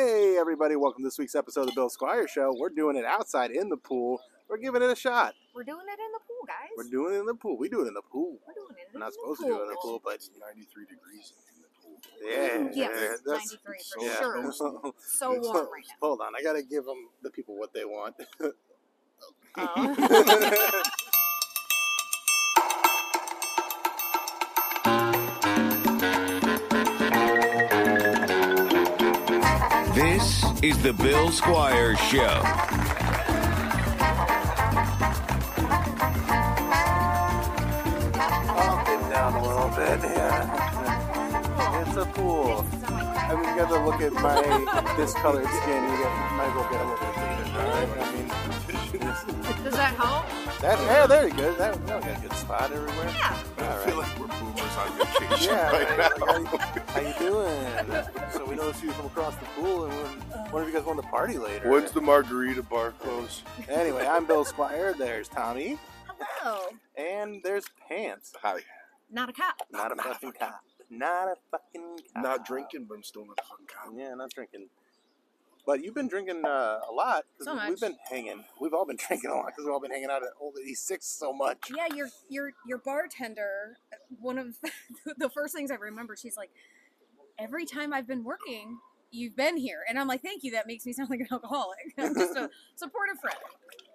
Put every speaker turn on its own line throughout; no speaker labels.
everybody. Welcome to this week's episode of the Bill Squire Show. We're doing it outside in the pool. We're giving it a shot.
We're doing it in the pool, guys.
We're doing it in the pool. We do it in the pool.
We're doing it.
We're
in
not
the
supposed to do it in the
pool.
pool, but
It's 93 degrees in the pool.
yeah.
Yes,
that's-
93 for
yeah.
sure. So warm right now.
Hold on. I got to give them the people what they want.
Oh.
This is the Bill Squire Show.
Pump it down a little bit. Yeah. It's a pool. I mean, you got to look at my discolored skin. You get, might as well get a little bit bleeding. All right. I mean,
Does that help?
that, yeah, there you go. That, that got a good spot everywhere.
Yeah.
All
I
right.
feel like we're boomers on vacation
Yeah,
right
right.
now.
How you doing? so we noticed you from across the pool, and when, one of you guys wanted to party later.
When's the margarita bar close?
Anyway, I'm Bill Squire. There's Tommy,
Hello.
and there's Pants.
Hi.
Not a cop.
Not a fucking cop. Not a fucking cop.
Not drinking, but I'm still not a fun cop.
Yeah, not drinking. But you've been drinking uh, a lot. 'cause
So
we-
much.
We've been hanging. We've all been drinking a lot because we've all been hanging out at Old 86 so much.
Yeah, your your your bartender. One of the first things I remember, she's like, "Every time I've been working, you've been here," and I'm like, "Thank you." That makes me sound like an alcoholic. I'm just a supportive friend.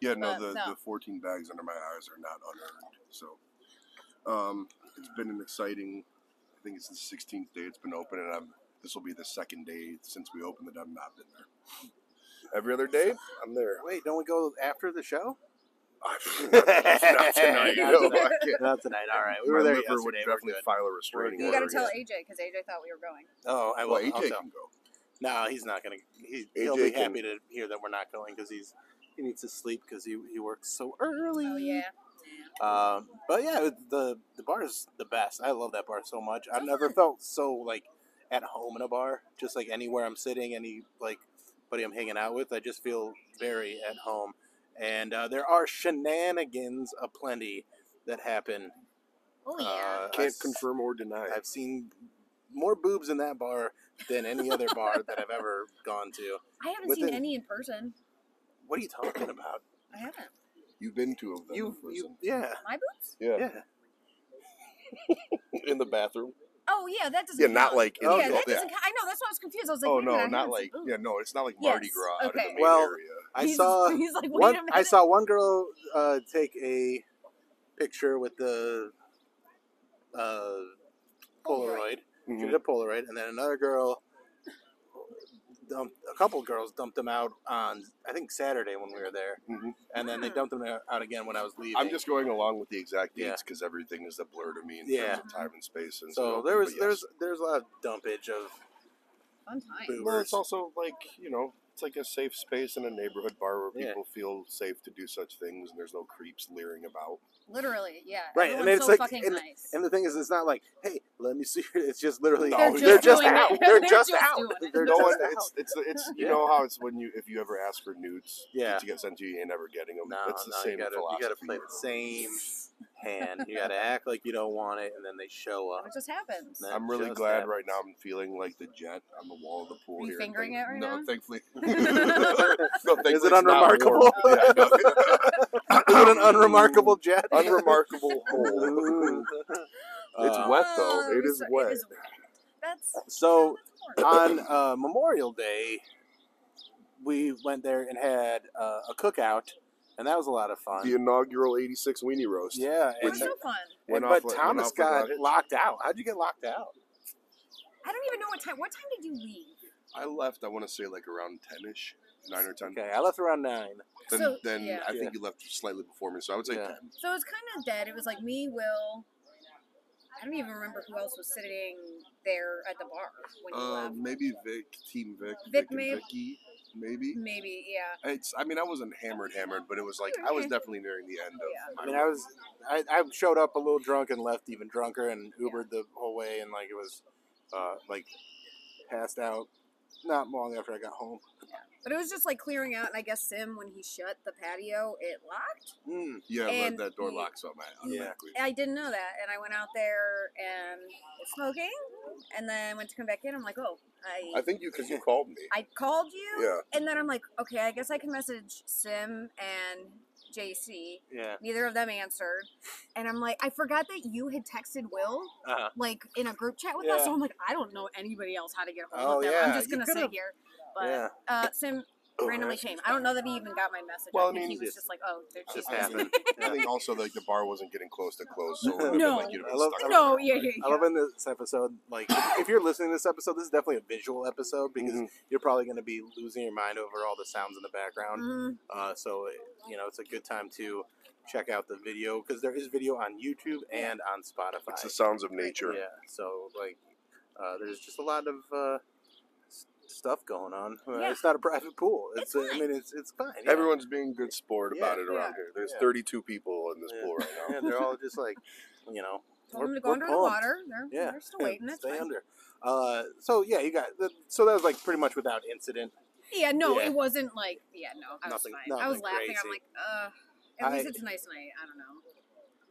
Yeah, no,
But,
the,
no.
the 14 bags under my eyes are not unearned. So um, it's been an exciting, I think it's the 16th day it's been open, and I'm, this will be the second day since we opened that I've not been there. Every other day, I'm there.
Wait, don't we go after the show?
not tonight. No, I can't.
Not tonight. All right, we
My
were there
liver would
yesterday. We're
definitely
good.
file a restraining
We're
You
good.
order.
got to tell AJ because AJ thought we were going.
Oh, I will.
Well, AJ
I'll
can
tell.
go.
No, he's not gonna. He,
AJ
he'll be
can-
happy to hear that we're not going because he's he needs to sleep because he, he works so early.
Oh yeah.
Um, but yeah, it- the the bar is the best. I love that bar so much. I've
So
never
fun.
felt so like at home in a bar. Just like anywhere I'm sitting, any like buddy I'm hanging out with, I just feel very at home. And uh, there are shenanigans aplenty that happen.
Oh yeah.
Uh, I
Can't
s-
confirm or deny.
I've seen more boobs in that bar than any other bar that I've ever gone to.
I haven't
with
seen
it-
any in person.
What are you talking about?
I haven't.
You've been to of them.
You,
in
you,
prison.
yeah,
My boobs?
yeah.
yeah.
in the bathroom.
Oh yeah, that doesn't.
Yeah, not
count.
like in
Oh,
yeah,
the,
that
yeah.
doesn't. count. I know that's why I was confused. I was like,
oh
wait a minute, I
no,
haven't
not
seen
like
boobs.
yeah, no, it's not like
Yes,
Mardi Gras out in
okay.
the main
Well,
area.
I
He's-
saw.
He's like, wait
one,
a minute.
I saw one girl uh, take a picture with the uh, Polaroid. She
Mm-hmm.
did a Polaroid, and then another girl, dumped, a couple girls dumped them out on I think Saturday when we were there,
Mhm.
and then they
Hmm.
dumped them out again when I was leaving.
I'm just going along with the exact
Yeah.
dates because everything is a blur to me in
Yeah.
terms of time and space. And
so there was there's there's a lot of dumpage of
Fun time.
boobers.
well, it's also like you know, it's like a safe space in a neighborhood bar where
Yeah.
people feel safe to do such things, and there's no creeps leering about.
Literally, yeah.
Right, and
Everyone's
it's
so
like-
fucking
and-
nice.
And the thing is, it's not like, hey, let me see. your-" It's just literally,
They're just
they're just
doing it.
out. They're
They're
just
just
out.
doing it.
They're
They're
no
just
one,
out.
it's it's it's you
Yeah.
know how it's when you if you ever ask for nudes
Yeah.
to get sent to you, you ain't never getting them.
No,
it's the
no,
same
you gotta,
philosophy.
you gotta play the same hand. You gotta act like you don't want it, and then they show up.
it just happens.
No. That
I'm really
just
glad right now I'm feeling like the jet on the wall of the pool
Are you
here.
fingering it right
no,
now?
Thankfully, no, thankfully.
Is it
it's not
unremarkable?
warm. Yeah,
Is it an unremarkable Uh, jet?
no, unremarkable hole.
it's
It's wet though.
Oh,
It
it's
is
so-
wet.
It is wet. That's
So
that's horrible.
on uh, Memorial Day, we went there and had uh, a cookout, and that was a lot of fun.
The inaugural '86 weenie roast.
Yeah,
It
and,
was so fun.
and-
Went off-
but
went
Thomas
off
got
without it.
locked out. How'd you get locked out?
I don't even know what time. What time did you leave?
I left. I want to say like around ten-ish, nine or ten.
Okay, I left around nine.
Then,
So,
then
yeah.
I think you left slightly before me, so I would say
Yeah.
ten.
So it was kind of dead. It was like me, Will. I don't even remember who else was sitting there at the bar when you
Uh,
Um,
left.
maybe Vic, Team Vic,
Vic
Vic,
may-
and Vicky, maybe.
Maybe, yeah.
It's. I mean, I wasn't hammered, hammered, but it was like I was definitely nearing the end of.
Yeah.
my
I mean, I was, I, I showed up a little drunk and left even drunker and Ubered the whole way and like it was, uh, like passed out not long after I got home.
But it was just like clearing out, and I guess Sim, when he shut the patio, it locked.
Mm.
Yeah, but
And
that door
we-
locks on my
Yeah.
automatically.
I didn't know that, and I went out there and was smoking, and then went to come back in. I'm like, oh, I
I think you because you called me.
I called you,
Yeah.
and then I'm like, okay, I guess I can message Sim and JC.
Yeah.
Neither of them answered, and I'm like, I forgot that you had texted Will
Uh-huh.
like in a group chat with us.
Yeah.
So I'm like, I don't know anybody else how to get a
Oh,
hold of them.
yeah,
I'm just
you
gonna
could've-
sit here. But
yeah.
uh, Sim
Oh,
randomly came. I don't know that he even got my message.
Well, I
I think
mean,
he was
it's-
just like, oh, dude, she's
Just
busy.
happened.
I think also like the bar wasn't getting close to close, so it would've been,
No.
like, you'd have
I
been
love-
stuck
No,
there.
yeah, yeah,
I
yeah.
love in this episode, like if you're listening to this episode, this is definitely a visual episode because
Mhm.
you're probably going to be losing your mind over all the sounds in the background.
Mhm.
Uh, so you know it's a good time to check out the video because there is video on YouTube and on Spotify.
It's the sounds of nature.
Yeah, so like uh, there's just a lot of uh, s- stuff going on. Uh,
Yeah.
It's not a private pool. It's,
It's
uh, I mean it's it's fine. yeah.
Everyone's being good sport about
Yeah.
it around here. There's
Yeah.
32 people in this
Yeah.
pool right now.
yeah, they're all just like you know
Told
We're-
them to go
we're
under the
pumped.
water. They're,
Yeah.
they're still waiting. That's
stay
fine.
under. Uh, so yeah, you got the, so that was like pretty much without incident.
Yeah, no,
Yeah.
it wasn't like yeah, no, I was
Nothing-
fine. I was
nothing
laughing.
crazy.
I'm like, uh, at least
I-
it's a nice night. I don't know.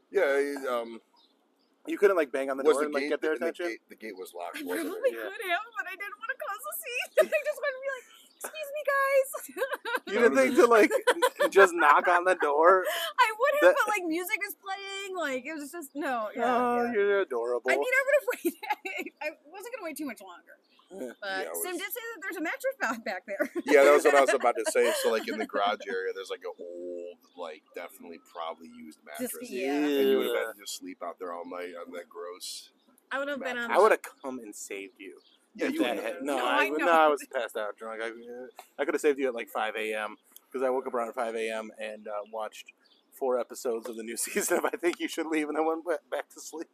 Yeah, it, um,
You couldn't like bang on the
was
door
the
and like
gate-
get their
the- the
attention.
gate- The gate was locked.
I
wasn't it?
probably
Yeah.
could have, but I didn't want to cause a scene. I just wanted to be like, excuse me, guys.
You didn't think to like just knock on the door.
I would
That-
have, but like music was playing. Like it was just no. Yeah,
oh,
yeah.
you're adorable.
I mean, I would have waited. I wasn't gonna wait too much longer.
Eh, Yeah.
But
Yeah, I
Sim
was-
did say that there's a mattress bound back there.
yeah, that was what I was about to say. So, like in the garage area, there's like an old, like definitely probably used mattress,
yeah.
and you would have had to just sleep out there all night on that gross.
I would have been um, on.
I would have come and saved you.
Yeah,
If
you
that
would
had-
have.
no,
No,
I,
I
would-
know.
no, I was passed out drunk. I, I could have saved you at like 5 a.m. because I woke up around 5 a.m. and uh, watched four episodes of the new season of I Think You Should Leave, and I went ba- back to sleep.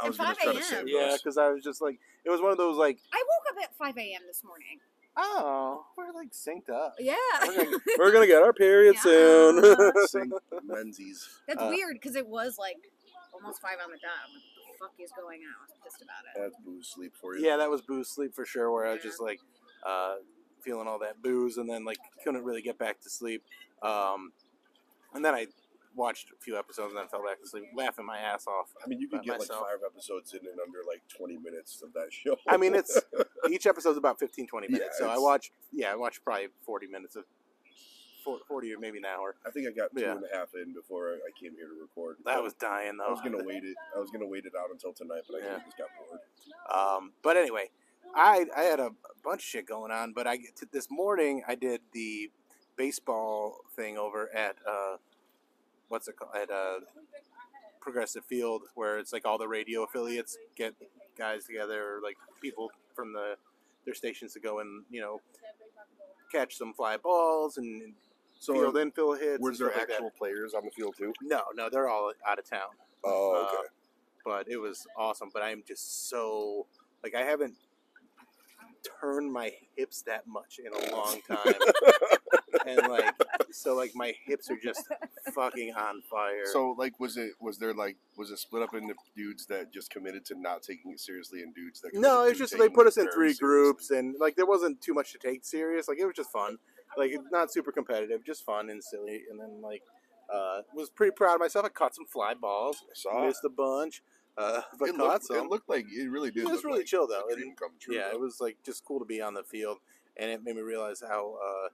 I
At
was gonna
5
try to
a.m.
save
Yeah,
those.
because I was just like, it was one of those like,
I woke up at 5 a.m. this morning.
oh, we're like synced up.
Yeah,
We're gonna, we're gonna get our period
Yeah.
soon.
Sing Menzies.
that's
uh,
weird because it was like almost five on the dot. I'm like, what the fuck is going on? I was pissed about it.
That's booze sleep for you.
Yeah, that was booze sleep for sure. Where I was
Yeah.
just like uh, feeling all that booze, and then like couldn't really get back to sleep. Um, and then I watched a few episodes, and then fell back to sleep, laughing my ass off.
I mean, you
By
could get
myself.
like five episodes in and under like 20 minutes of that show.
I mean, it's each episode's about 15, 20
Yeah,
minutes. so I
it's-
watched, yeah, I watched probably forty minutes of four- forty or maybe an hour.
I think I got two
Yeah.
and a half in before I came here to record.
That was dying though.
I was gonna wait it. I was gonna wait it out until tonight, but I
Yeah.
kinda just got bored.
Um, but anyway, I I had a bunch of shit going on, but I t- this morning I did the baseball thing over at uh, what's it called at uh, Progressive Field, where it's like all the radio affiliates get guys together, or, like people from the their stations to go and you know catch some fly balls and
So,
field infill hits.
were
and
there
stuff like that.
actual players on the field too?
No, no, they're all out of town
Oh, okay.
Uh, but it was awesome. But I'm just so like I haven't turned my hips that much in a long time, and like so like my hips are just fucking on fire.
so, like, was it was there like was it split up into dudes that just committed to not taking it seriously and dudes that
no,
committed
it's
to
just they
taking
put
it
us in
very
three
seriously?
groups, and like there wasn't too much to take serious. Like it was just fun, like not super competitive, just fun and silly. And then like uh, was pretty proud of myself. I caught some fly balls,
I saw it.
missed a bunch, uh, but
Ah. It
caught
looked,
some.
it looked like it really did.
It was
look
really
like
chill, though,
A
and-
dream come true.
yeah,
though.
it was like just cool to be on the field, and it made me realize how uh,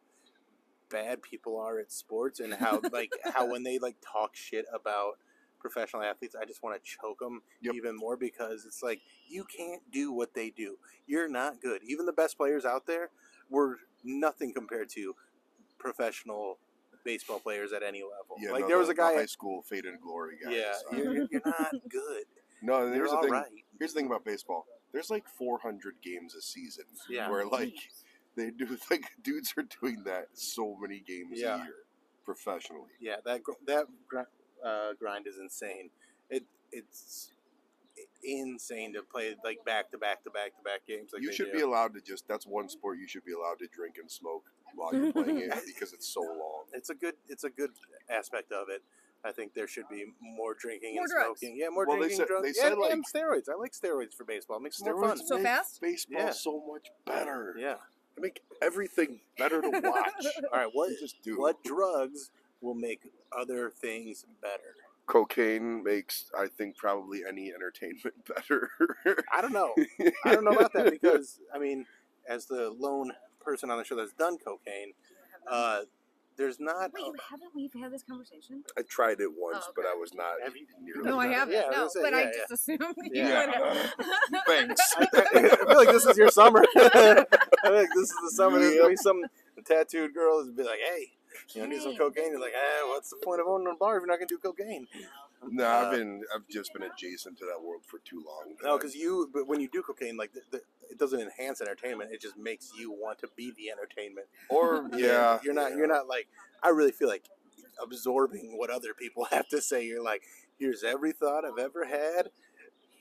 bad people are at sports and how like how when they like talk shit about professional athletes, I just want to choke them
Yep.
even more because it's like you can't do what they do. You're not good. Even the best players out there were nothing compared to professional baseball players at any level.
Yeah,
like
no,
there
the-
was a
the
guy.
high school uh, faded glory guy.
yeah, you're, you're not good.
No, and
You're
here's the
all
thing.
right.
Here's the thing about baseball. There's like 400 games a season.
Yeah.
Where like they do like dudes are doing that so many games
Yeah.
a year professionally.
Yeah, that gr- that gr- uh, grind is insane. It it's insane to play like back to back to back to back games. Like
you
they
should
do.
be allowed to just that's one sport you should be allowed to drink and smoke while you're playing it because it's so long.
It's a good it's a good aspect of it. I think there should be more drinking
More
and
drugs.
smoking. Yeah, more
Well, they
drinking,
said-
drugs.
they
yeah,
said, like-
and steroids. I like steroids for baseball. It makes it more fun.
Steroids
So
make
fast?
Baseball
Yeah.
so much better.
Yeah,
They make everything better to watch.
All right, what
They just do.
what drugs will make other things better?
Cocaine makes, I think, probably any entertainment better.
I don't know. I don't know about that because I mean, as the lone person on the show that's done cocaine, uh, there's not.
Wait, you haven't we've had this conversation?
I tried it once,
Oh,
but
okay.
I was not
Have you-
nearly.
No, I
Yeah,
haven't.
I was
no,
gonna say,
but I
yeah,
just assumed you
Yeah.
would have.
Thanks.
I feel like this is your summer. I feel like this is the summer. There's gonna be some tattooed girl who's be like, "Hey, you know, need some
Hey.
cocaine?" You're like, "Ah, what's the point of owning a bar if you're not gonna do cocaine?"
No,
Uh,
I've been, I've just been adjacent to that world for too long.
No, because you, but when you do cocaine, like the, the, it doesn't enhance entertainment; it just makes you want to be the entertainment.
or
And
yeah,
you're not. You're not like. I really feel like absorbing what other people have to say. You're like, here's every thought I've ever had.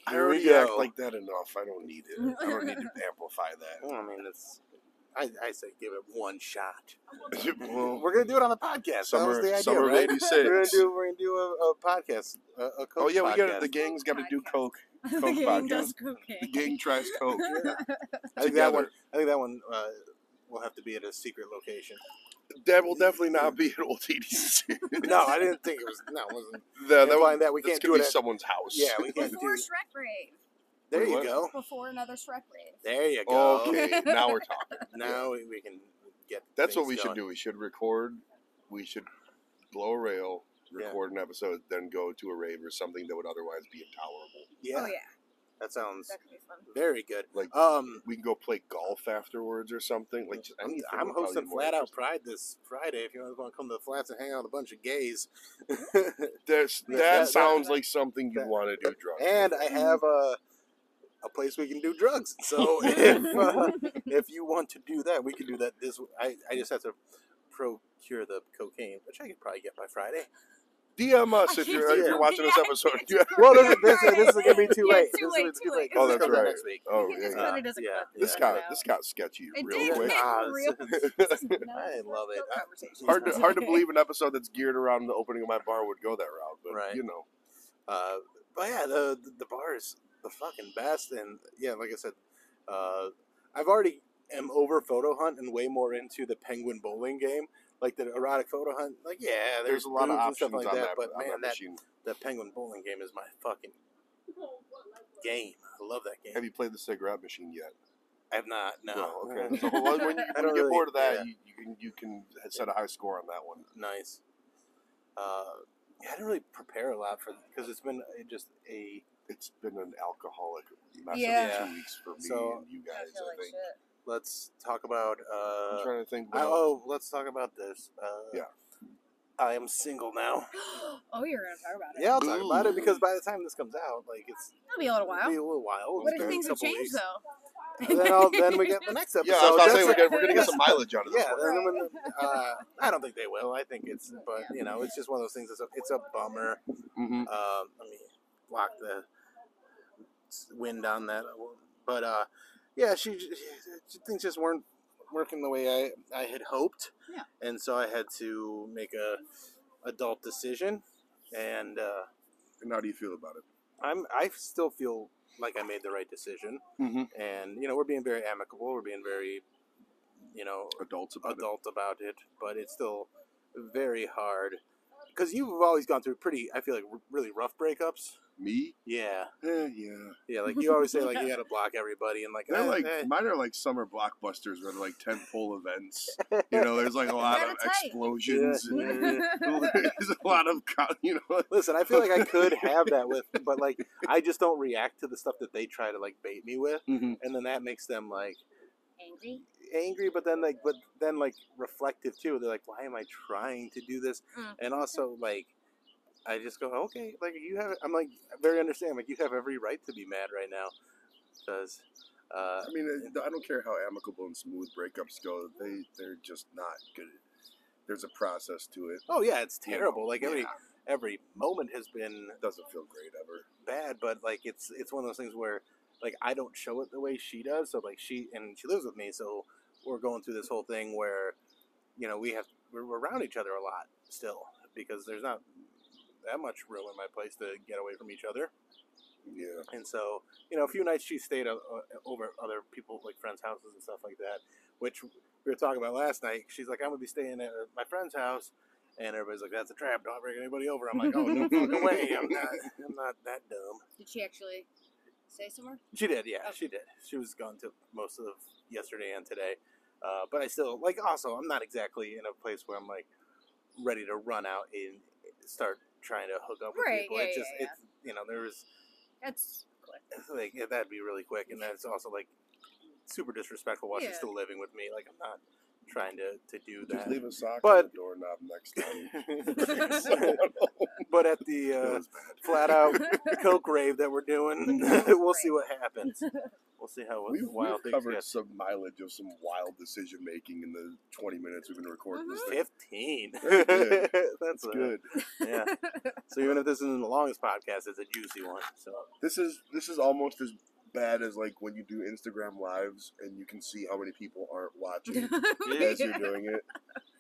I
Here we
already
go.
act like that enough. I don't need it. I don't need to amplify that.
I mean, it's. I, I say give it one shot.
well, oh,
We're gonna do it on the podcast. that was
summer,
the idea,
summer
right?
'86.
We're gonna do. We're gonna do a, a podcast. A, a
oh
Coke
yeah, we got
podcast.
the gang's got to do
Podcast.
coke.
the
Coke
gang
podcast.
does
The
cocaine.
gang tries coke.
I think that one.
together.
I think that one uh, will have to be at a secret location.
That will definitely not be an old TDC.
No, I didn't think it was. No, it wasn't.
that, that,
Implying
one,
that we
that's
can't
gonna
do it
be
at-
someone's house.
Yeah, we can't
Before
do.
Shrek Rave.
There you
What?
go.
Before another Shrek Rave.
There you go.
Okay, now we're talking.
Now we, we can get.
That's what
things
we should
going.
do. We should record. We should blow a rail,
Yeah.
record an episode, then go to a rave or something that would otherwise be intolerable.
Yeah,
Oh yeah,
that sounds
that could be fun.
very good.
Like-
um,
We can go play golf afterwards or something. Like just
I'm,
anything
I'm
would probably be
hosting
more
Flat Out
interesting.
Pride this Friday. If you want to come to the flats and hang out with a bunch of gays,
That's,
Yeah,
that
that-
sounds like something you
that-
want to do drunk.
and I have a a place we can do drugs. So if uh, if you want to do that, we can do that. This I I just have to procure the cocaine, which I could probably get by Friday.
DM us
I
if
keep
you're, if
doing
you're watching this
that.
episode.
Well, no, no, this, this is gonna be too
Yeah,
late.
too
this is
late,
gonna be
too late.
Oh,
This is
that's
gonna be
right.
Next week.
Oh,
You can just
yeah.
cut
Uh,
it as a
yeah,
clip.
yeah.
This
Cut
got
it
this
out.
got sketchy
It
real
did
quick.
get
Ah,
real.
I love it. I-
Conversation.
Hard to, hard to believe an episode that's geared around the opening of my bar would go that route, but
Right.
you know,
Uh, but yeah, the the bar is the fucking best, and yeah, like I said, uh, I've already am over photo hunt and way more into the penguin bowling game, like the erotic photo hunt. Like yeah,
there's, a lot of
boobs and
options
stuff
on
like
that,
that, but
on
man,
that
that
machine.
the penguin bowling game is my fucking game. I love that game.
Have you played the cigarette machine yet?
I have not. No.
No, okay.
No.
So well, when
I
you,
don't
when you get
really-
bored of that,
yeah.
you, you can you can set a high score on that one.
nice. Uh, yeah, I didn't really prepare a lot for because it's been uh, just a
It's been an alcoholic mess
Yeah.
of two weeks for me
So-
and you guys. I, think.
let's talk about uh,
I'm trying to think.
I-
What else.
oh, let's talk about this. Uh,
Yeah.
I am single now.
oh, you're gonna talk about it.
Yeah, I'll talk about it
Ooh.
because by the time this comes out, like it's
That'll be a little
it'll
while.
be a little while. It's
What if
been a
things have
couple weeks.
changed though?
And then, I'll, then we get the next episode.
yeah, I was about to say
That's
we're
it.
gonna, we're gonna get some mileage out of this
Yeah,
one.
then when, uh, I don't think they will. I think it's, but you know, it's just one of those things. That's a, it's a bummer.
Mhm.
Um, let me block the wind on that. But uh, yeah, she, j- she things just weren't working the way I I had hoped.
Yeah.
And so I had to make a adult decision, and uh,
And how do you feel about it?
I'm I still feel like I made the right decision.
Mhm.
And you know, we're being very amicable. We're being very, you know,
Adults about
adult about it, but it's still very hard because you've always gone through pretty, I feel like, r- really rough breakups.
it. Me?
Yeah,
Eh, yeah.
yeah. Like you always say, like you got to block everybody, and like,
They're
eh,
like
eh.
mine are like summer blockbusters where they're like tent pole events. You know, there's like a lot
Kinda
of
tight.
explosions.
Yeah.
And there's a lot of co- you know.
listen, I feel like I could have that with, but like I just don't react to the stuff that they try to like bait me with,
Mhm.
and then that makes them like
Angry.
angry, but then like, but then like reflective too. They're like, why am I trying to do this?
Mm.
And also like, I just go, okay, like you have. I'm like very understanding. Like you have every right to be mad right now, because uh,
I mean, it- I don't care how amicable and smooth breakups go. They they're just not good. There's a process to it.
oh yeah, it's
you know.
terrible. Like every
Yeah,
every moment has been
it doesn't feel great ever.
bad, but like it's it's one of those things where like I don't show it the way she does. So like she and she lives with me, so we're going through this whole thing where you know we have we're, we're around each other a lot still because there's not that much room in my place to get away from each other.
Yeah,
uh, And so you know, a few nights she stayed o- o- over at other people like friends' houses and stuff like that. which we were talking about last night. She's like, I'm gonna be staying at my friend's house, and everybody's like, that's a trap. Don't bring anybody over. I'm like, oh no fucking way. I'm not. I'm not that dumb.
Did she actually stay somewhere?
She did, yeah,
Okay.
she did. She was gone to most of yesterday and today, uh, but I still like. Also, I'm not exactly in a place where I'm like ready to run out and start trying to hook up with
Right,
people.
yeah,
it's
yeah,
just,
yeah.
it's you know, there was
That's quick.
like yeah, that'd be really quick, and then it's also like super disrespectful while
Yeah.
she's still living with me. Like I'm not trying to to do
Just
that.
leave a sock on
But-
the doorknob next time.
but at the uh, flat out coke rave that we're doing,
Coke
we'll see
rave.
what happens. We'll see how
We've,
wild things
we've covered
get.
some mileage of some wild decision making in the 20 minutes we've been recording
Mm-hmm.
this
15.
thing. Very good.
That's
It's
a-
good.
Yeah. So even if this isn't the longest podcast, it's a juicy one. So
This is this is almost as bad as like when you do Instagram lives and you can see how many people aren't watching as you're doing it.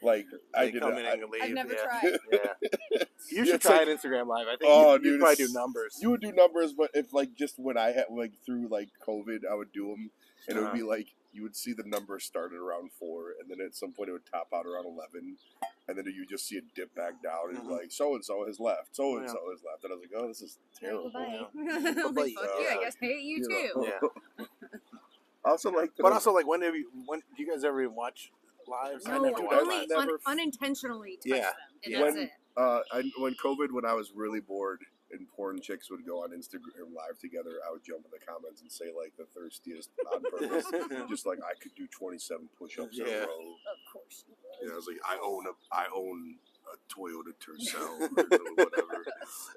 Like I
they
did.
come
it.
in
I-
and leave.
I've never
yeah.
tried.
Yeah. You should
It's
try
like-
an Instagram live. I think
Oh,
you,
dude,
you probably
it's-
do numbers.
you would do numbers, but if like just when I had like through like COVID, I would do them, and
Uh-huh.
it would be like you would see the number started around four, and then at some point it would top out around eleven, and then you just see it dip back down, and it'd be
Mhm.
like so and so has left, so and so has left, and I was like, oh, this is terrible.
Bye.
Bye-bye.
Fuck you. I guess hey, you
You know.
too.
yeah.
I also like, that
But
I-
also, like, when have you, when do you guys ever even watch lives?
No,
Dude,
watch
I've
only
lives.
un-
never-
unintentionally touch
Yeah.
them, and
Yeah.
that's
When-
it.
Uh, I, when COVID, when I was really bored and porn chicks would go on Instagram live together, I would jump in the comments and say like the thirstiest on purpose, just like I could do twenty-seven push-ups in
Yeah.
a row.
Of course.
And I was like, I own a, I own a Toyota Tercel or whatever.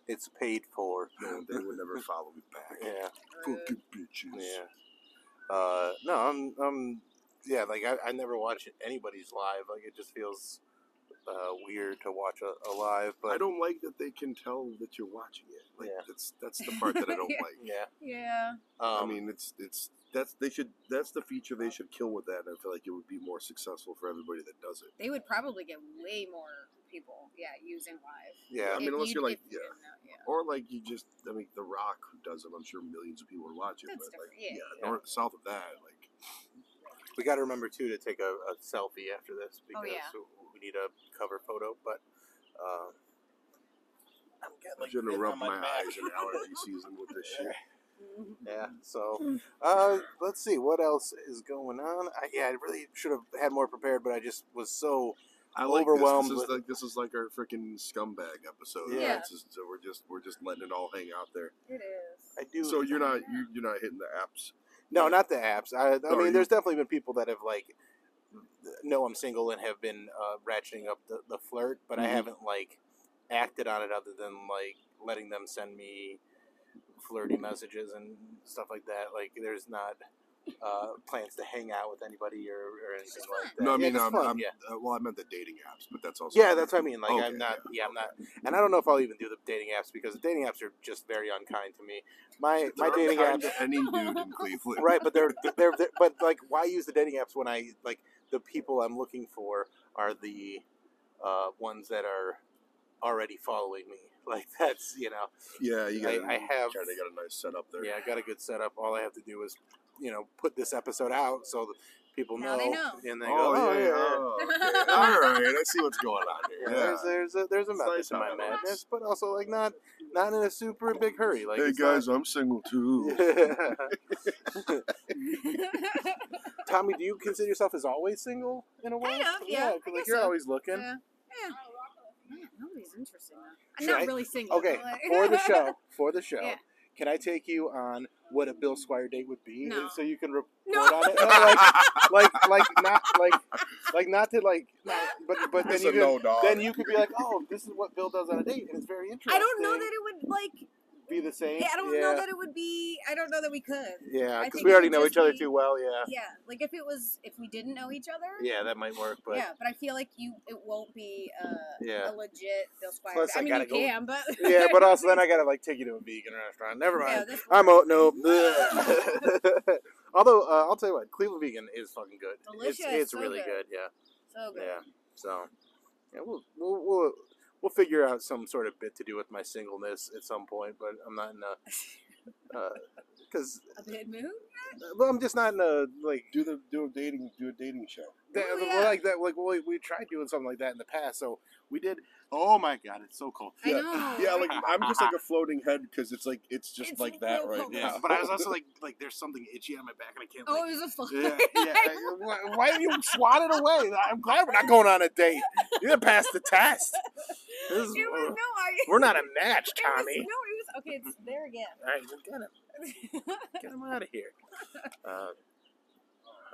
It's paid for.
No, they would never follow me back.
Yeah.
Oh
Fucking bitches.
Yeah. Uh, no, I'm, I'm, yeah, like I, I never watch anybody's live. Like it just feels uh, weird to watch a, a live. But
I don't like that they can tell that you're watching it. Like
Yeah.
that's that's the part that I don't
Yeah.
like.
Yeah.
Yeah.
Um,
I mean, it's it's that's they should that's the feature they should kill with that. And I feel like it would be more successful for everybody that does it.
They would probably get way more people, yeah, using live.
yeah.
I mean,
If
unless
you-
you're like,
if you
yeah.
didn't know, yeah.
Or like you just, I mean, The Rock who does them. I'm sure millions of people are watching.
That's
but like,
different, yeah.
Yeah.
north south of that, like
we got to remember too to take a, a selfie after this because
Oh, yeah.
we need a cover photo. But uh, I'm getting
I'm gonna
this
rub
on
my,
back.
eyes in allergy season with this shit.
Yeah.
Hmm.
So, uh, let's see what else is going on. I, yeah, I really should have had more prepared, but I just was so
I like
Overwhelmed
This. This,
with-
is like, this is like our freaking scumbag episode.
Yeah.
Yeah.
It's just- so we're just we're just letting it all hang out there.
It is.
I do.
So you're not you, you're not hitting the apps.
No, not the apps. I, I
No,
mean,
you-
there's definitely been people that have like know I'm single and have been uh, ratcheting up the, the flirt, but I
Mhm.
haven't like acted on it other than like letting them send me flirty messages and stuff like that. Like, there's not uh, plans to hang out with anybody or, or anything
just
like that.
No, I
Yeah,
mean
just
I'm,
fun,
I'm
yeah.
uh, well I meant the dating apps, but that's also
Yeah, that's what I mean. Like,
Okay,
I'm not. Yeah, I'm not. And I don't know if I'll even do the dating apps because the dating apps are just very unkind to me. My my
There
dating
aren't
apps
kind to any dude in Cleveland.
right but they're, they're they're but like why use the dating apps when i like the people i'm looking for are the uh, ones that are already following me like that's you know
Yeah, you got.
I- I have-
Kind of got a nice setup there.
yeah i got a good setup all i have to do is you know put this episode out so that people
Now
know,
they
and they
Oh,
go oh,
yeah.
yeah,
oh, okay. all right. I see what's going on
yeah,
here.
There's there's a there's a
It's nice
method to
how
my
that works.
madness, but also like not not in a super big hurry. Like
hey
it's
guys,
not-
I'm single too.
Tommy, do you consider yourself as always single in a way?
Kind of, yeah.
'cause,
I
like
guess
you're
so.
always looking.
yeah. Yeah. Man, nobody's interesting. I'm
Should
not
I-
really single.
Okay,
but-
for the show, for the show,
Yeah.
can I take you on what a Bill Squire date would be,
No.
and so you can report
No.
on it? No, like, like, like not like, like not to like, not- but but then
That's
you
a
can,
no dog.
then you could be like, oh, this is what Bill does on a date, and it's very interesting.
I don't know that it would like.
be the same.
I don't
yeah.
know that it would be. I don't know that we could.
Yeah,
I
because
think
we
it
already
would
know
just
each other
be-
too well. Yeah.
Yeah, like if it was, if we didn't know each other.
Yeah, that might work, but
yeah, but I feel like you, it won't be uh,
Yeah.
a legit Bill Squire.
Plus,
I
I
mean,
gotta
you
go-
can, but
yeah, but also then I gotta like take you to a vegan restaurant. Never mind.
Yeah, that's-
I'm out. No. Bleh. Although uh, I'll tell you what, Cleveland vegan is fucking good.
Delicious,
It's, it's
so
really good.
good.
Yeah.
so good.
Yeah. So, yeah, we'll we'll we'll we'll figure out some sort of bit to do with my singleness at some point, but I'm not in a uh, because
A bad mood?
well, I'm just not in a like
Do the do a dating do a dating show.
that,
Oh,
well,
yeah.
like that. Like we, we tried doing something like that in the past, so we did. Oh my god, it's so cold.
I
Yeah.
know.
Yeah, like I'm just like a floating head because it's like it's just
It's
like that
real
right
cold.
now.
Yeah, but I was also like, like there's something itchy on my back, and I can't.
Oh,
Like,
it was a fly.
yeah, yeah. I- why- Why do you swat it away? I'm glad we're not going on a date. You didn't pass the test. This is-
It was no, I.
we're not a match,
it was-
Tommy.
no, it was okay. It's there again.
All right, well, get him, get him out of here. Uh,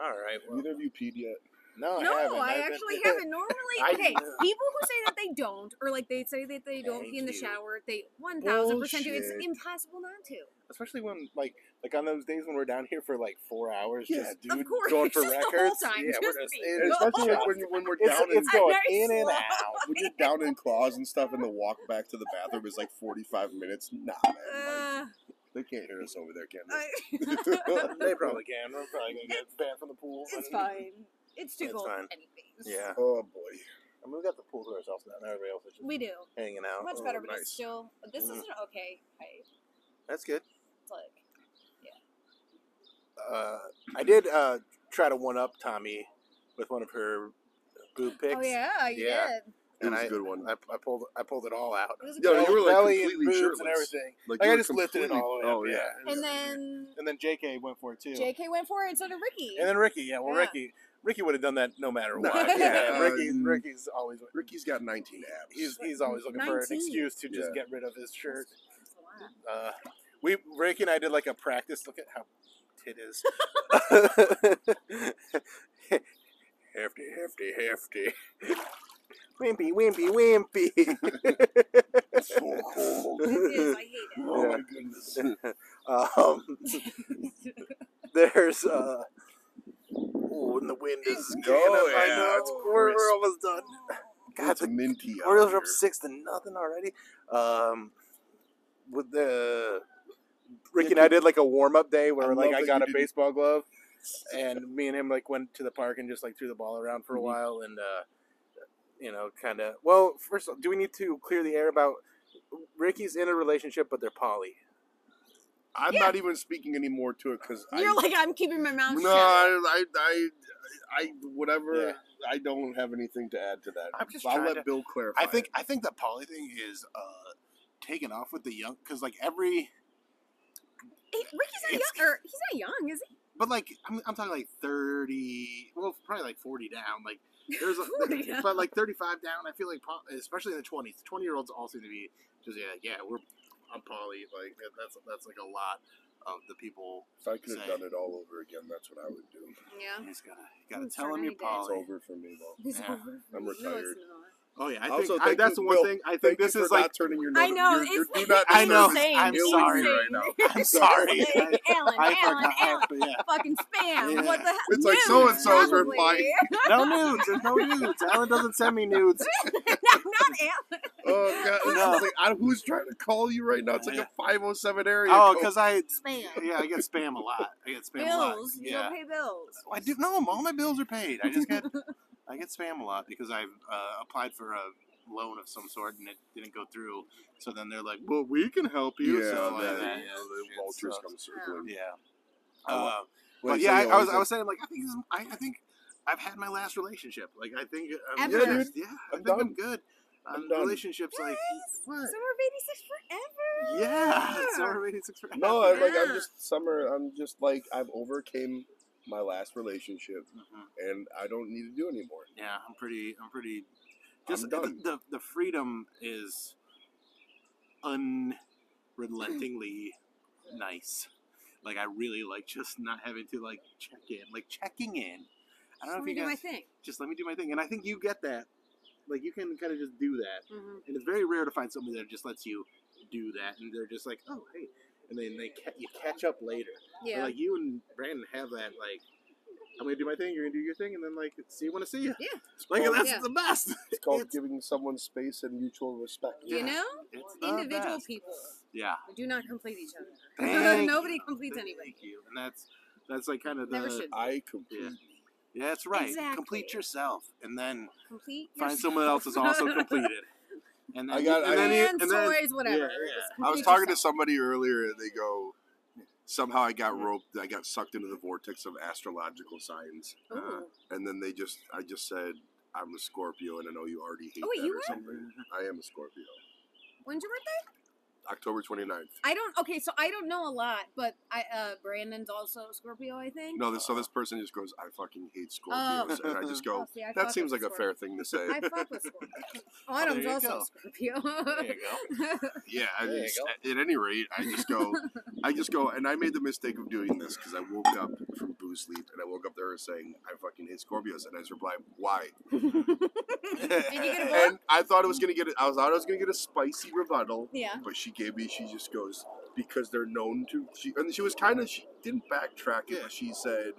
all right. Well,
Either of you peed yet?
no, I haven't.
no, I,
I've been-
actually haven't. Normally,
I-
okay, people who say that they don't, or like they say that they don't
Thank
pee in the
you.
shower, they one thousand percent do. It's
Bullshit.
impossible not to.
especially when like like on those days when we're down here for like four hours,
Yeah,
just
dude.
of course,
going for
just
records.
the whole time.
yeah, we're
just
just
pee.
in,
And especially like when, when we're
it's,
down in
it's going
Very
in and
slow.
out.
when you're down in claws and stuff, and the walk back to the bathroom is like 45 minutes. Nah, man, like,
Uh,
they can't hear us over there, can they?
I-
they probably can. We're probably gonna get bath in the pool.
it's fine. It's too
It's
cold.
fine.
Anyways.
Yeah,
Oh boy,
I mean, we got the pool to ourselves now. and Everybody else is just
we do
hanging out.
much
oh,
better, but
nice.
it's still this is
Mhm.
an okay height.
That's good.
It's like
Uh, I did uh, try to one up Tommy with one of her boob pics.
oh yeah, you
Yeah.
did.
it
And
was
I,
a good one.
I, I pulled I pulled it all out.
It was a
Yeah,
good
you
one.
were, like,
Belly and
completely
boobs and
shirtless.
everything.
you
Like I
were
just lifted it
completely-
all the way up.
Oh yeah,
and then
and then JK went for it too.
J.K. went for it, and so did Ricky.
And then Ricky, yeah. Well,
Yeah.
Ricky, Ricky would have done that no matter
Nah,
what.
yeah,
yeah, Ricky,
um,
Ricky's always
Ricky's got 19 abs.
he's he's always looking for an
19.
excuse to just
Yeah.
get rid of his shirt.
That's a lot.
Uh, we Ricky and I did like a practice. Look at how tit is. hefty, hefty, hefty. Wimpy, wimpy, wimpy.
so cold.
It is, I hate it.
Oh
Yeah.
my goodness.
um, there's uh, oh, and the wind is
Oh,
going. I
yeah,
know
it's
it's, we're,
crisp.
we're almost done. God,
It's
the
minty. out
Orioles are up
here.
six to nothing already. Um, with the Ricky and I did like a warm up day where
I
like
love
I
that
got
you
a
didn't-
baseball glove, and me and him like went to the park and just like threw the ball around for a
Mhm.
while, and uh, you know, kind of. Well, first, of all, do we need to clear the air about Ricky's in a relationship, but they're poly.
I'm
Yeah.
not even speaking anymore to it because I.
You're like I'm keeping my mouth
no,
shut.
I, I, I, I, whatever.
Yeah.
I don't have anything to add to that.
I'm just
I'll
trying
let
to-
Bill clarify.
I think
it.
I think the poly thing is uh, taken off with the young because like every
Hey, Ricky's not young. Or he's not young, is he?
but like I'm, I'm talking like thirty well probably like forty down like there's a,
40 down.
but like thirty five down I feel like po- especially in the twenties twenty year olds all seem to be just yeah yeah we're I'm poly like that- that's that's like a lot of the people
If I could have
Say.
done it all over again, that's what I would do.
Yeah.
he's gotta gotta
Ooh,
tell him
sorry,
you're
Dad. It's
It's
poly
over for me though.
He's
Yeah.
older.
I'm
You
retired.
listen to that.
oh yeah I
Also,
think I,
thank
that's
you,
the one
Bill.
thing I
Thank
think this
you for
is like
not turning your.
I know,
You're, you're,
it's-
do not.
I know
insane.
I'm
It's
sorry
insane.
right now I'm sorry
It's like, Alan,
I
Alan,
forgot
Alan,
but yeah
fucking spam. What the hell?
It's like
Nudes,
so-and-so's
probably.
replying.
No nudes. There's no nudes. Alan doesn't send me nudes.
no, not Alan.
Oh god! It's
No.
like, I, who's trying to call you right now? It's like
Yeah.
a 507 area.
Oh,
code.
because I
Spam.
yeah I get spam a lot. I get spam a lot.
Bills. You
Yeah.
don't pay bills.
I do. No, all my bills are paid.
I just get I get spam a lot because I've uh, applied for a loan of some sort and it didn't go through. So then they're like, "Well, we can help
yeah,
you." so
that,
like, that-
yeah,
yeah,
the
shit
vultures
sucks.
come circling.
Yeah.
I wa-
Uh,
Like,
but yeah, I,
Oh, you know,
I was
like,
I was saying like I think this is- I, I think I've had my last relationship. Like I think uh, I'm
Ever.
good. yeah, I
I'm
think I'm
done.
good.
I'm
Um,
done.
relationships like
Yes.
what?
Summer of 86 forever.
Yeah, it's already six for
No, I'm like I'm
Yeah.
just summer. I'm just like I've overcame my last relationship,
Mhm.
and I don't need to do anymore.
Yeah, I'm pretty. I'm pretty.
I'm
Just
done.
The, the the freedom is unrelentingly nice. Like I really like just not having to like check in, like checking in. I don't
Let
know if
me
you
do my
guys
thing.
just let me do my thing, and I think you get that. Like you can kind of just do that,
hmm
and it's very rare to find somebody that just lets you do that, and they're just like, oh hey, and then they ca- you catch up later. But,
Yeah.
Like you and Brandon have that like. I'm gonna do my thing. You're gonna do your thing, and then like see you when I see you.
Yeah.
like
Well,
that's
Yeah.
the best.
It's called
It's-
giving someone space and mutual respect.
You
yeah.
know,
It's the
individual
best.
people
Yeah.
do not complete each other.
Thank
Nobody
you.
completes
Thank
anybody.
you. And that's that's like kind of the
Never should
I completely.
Yeah, that's right. Complete
Exactly.
yourself and then
complete.
find
yourself.
someone else is also completed. And then
I got-
and
I-
then you-
Plans,
and then
toys, whatever.
yeah.
Just
I was
complete
talking to
yourself.
somebody earlier, and they go, somehow I got roped. I got sucked into the vortex of astrological signs, Ah.
Ooh.
Uh,
and then they just I just said I'm a Scorpio, and I know you already hate
Oh,
that
you
or
are?
something. I am a Scorpio.
When's your birthday?
October 29th.
I don't. Okay, so I don't know a lot, but I uh Brandon's also Scorpio, I think.
No, this, so this person just goes, I fucking hate Scorpios, and I just
Oh,
go,
see, I fuck
that seems
with
like a fair thing to say.
Scorpio. I fuck with Scorpio. Autumn's
Oh, you
also
go.
Scorpio.
There you go.
Yeah, I
There
mean,
you
s-
go.
at- at any rate, I just go, I just go, and I made the mistake of doing this because I woke up from booze sleep and I woke up to her saying, I fucking hate Scorpios. And I just replied, why?
Did you get a book?
And I thought I was going to get it, I was thought I was going to get a spicy rebuttal,
yeah.
but she gave me, she just goes, because they're known to, she, and she was kind of, she didn't backtrack it, but she said,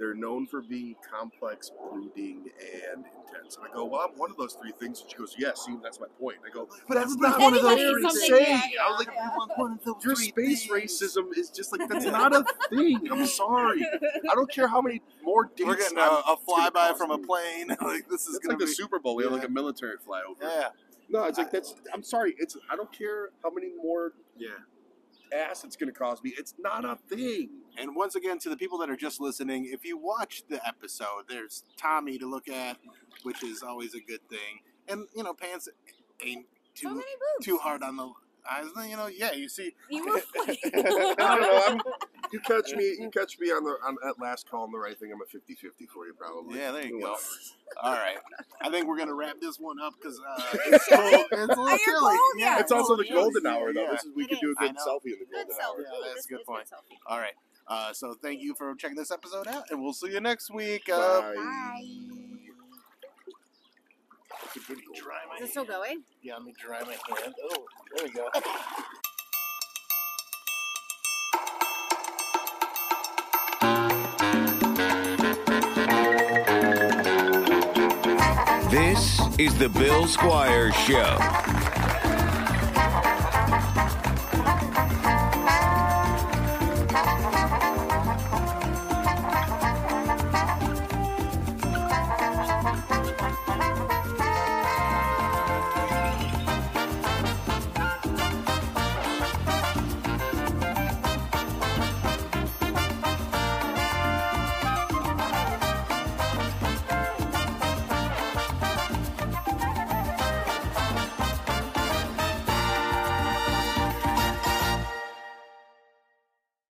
they're known for being complex, brooding, and intense. And I go, well, I'm one of those three things. And she goes, yeah, see, that's my point. And I go, but that's not one of those
Anybody is
three
something,
things.
yeah,
I was
yeah,
like,
yeah.
your space racism is just like that's not a thing. I'm sorry. I don't care how many more dates.
We're getting a,
I'm-
a
it's gonna
flyby
cost
from a
me.
plane. like this is
It's
gonna
like the
be
Super Bowl. We have like a military flyover.
yeah.
No, it's like that's. I'm sorry. It's. I don't care how many more
yeah.
ass it's gonna cost me. It's not a thing.
And once again, to the people that are just listening, if you watch the episode, there's Tommy to look at, which is always a good thing. And you know, pants ain't
So
too
many boobs.
too hard on the eyes. You know, yeah, you see.
You were
I don't know.
funny.
I'm, you catch me. You catch me on the on at last call on the right thing. I'm a 50-50 for you probably.
Yeah, there you go.
Whatever.
All right, I think we're gonna wrap this one up because uh, it's cold. It's a little
am
chilly.
cold, yeah.
It's also the
Yeah,
golden
yeah,
hour though.
yeah.
This is, we
It
could do a
is. I
good
know.
selfie in the
Good
golden
selfie.
hour.
Yeah,
Ooh,
that's
this
a good
is
point.
selfie.
All right. Uh, so thank you for checking this episode out, and we'll see you next week. Uh,
Bye.
Bye.
That's a good golden
dry my
Is it still going?
Yeah, let me dry my hand. Oh, there we go.
This is the Bill Squire Show.